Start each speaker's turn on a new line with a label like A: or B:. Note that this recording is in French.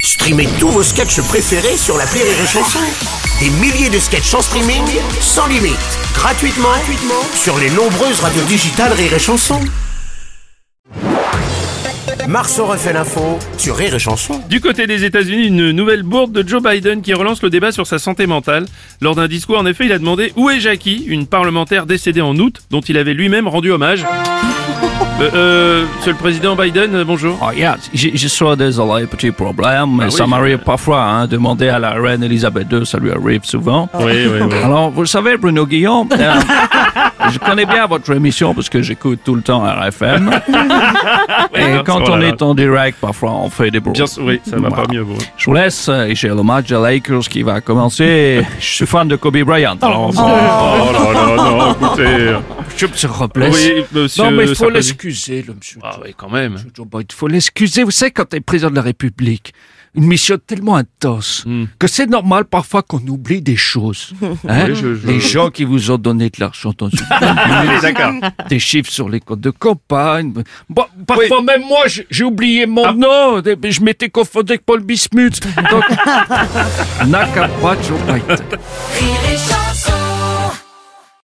A: Streamez tous vos sketchs préférés sur la Rire et Chanson. Des milliers de sketchs en streaming, sans limite, gratuitement, gratuitement sur les nombreuses radios digitales Rire et Chanson. Marceau refait l'info sur Rire et Chanson.
B: Du côté des États-Unis, une nouvelle bourde de Joe Biden qui relance le débat sur sa santé mentale. Lors d'un discours, en effet, il a demandé Où est Jackie Une parlementaire décédée en août, dont il avait lui-même rendu hommage. Euh, euh, monsieur le président Biden, euh, bonjour.
C: Oh, yeah, je, je suis désolé, petit problème, mais
B: Ah oui,
C: ça m'arrive parfois. Hein, demander à la reine Elisabeth II, ça lui arrive souvent.
B: Oui, oui, oui.
C: Alors, vous savez, Bruno Guillon, euh, je connais bien votre émission parce que j'écoute tout le temps RFM. Et quand on est en direct, parfois, on fait des bruits.
B: Ah, Oh Bien sûr, oui, ça va pas
C: Voilà.
B: mieux, vous.
C: Je vous laisse euh, et j'ai le match des Lakers qui va commencer. Je suis fan de Kobe Bryant. Alors,
B: Oh, là là, non, écoutez.
C: je me replace.
B: Oui, monsieur.
C: non, Ah, mais il faut
B: Sarkozy.
C: l'excuser, le monsieur.
B: Ah oui, quand même.
C: Joe Biden, faut l'excuser. Vous savez, quand t'es président de la République, une mission tellement intense
B: Hmm.
C: que c'est normal parfois qu'on oublie des choses. Hein?
B: Oui, je- je-
C: Les gens qui vous ont donné de l'argent dans une Ah,
B: Oui, d'accord.
C: des chiffres sur les comptes de campagne. Bon, parfois même moi, j'ai j'ai oublié mon
B: Ah.
C: nom. Je m'étais confondu avec Paul Bismuth. Donc, n'a qu'à pas Joe Biden.
D: Rire et chanson.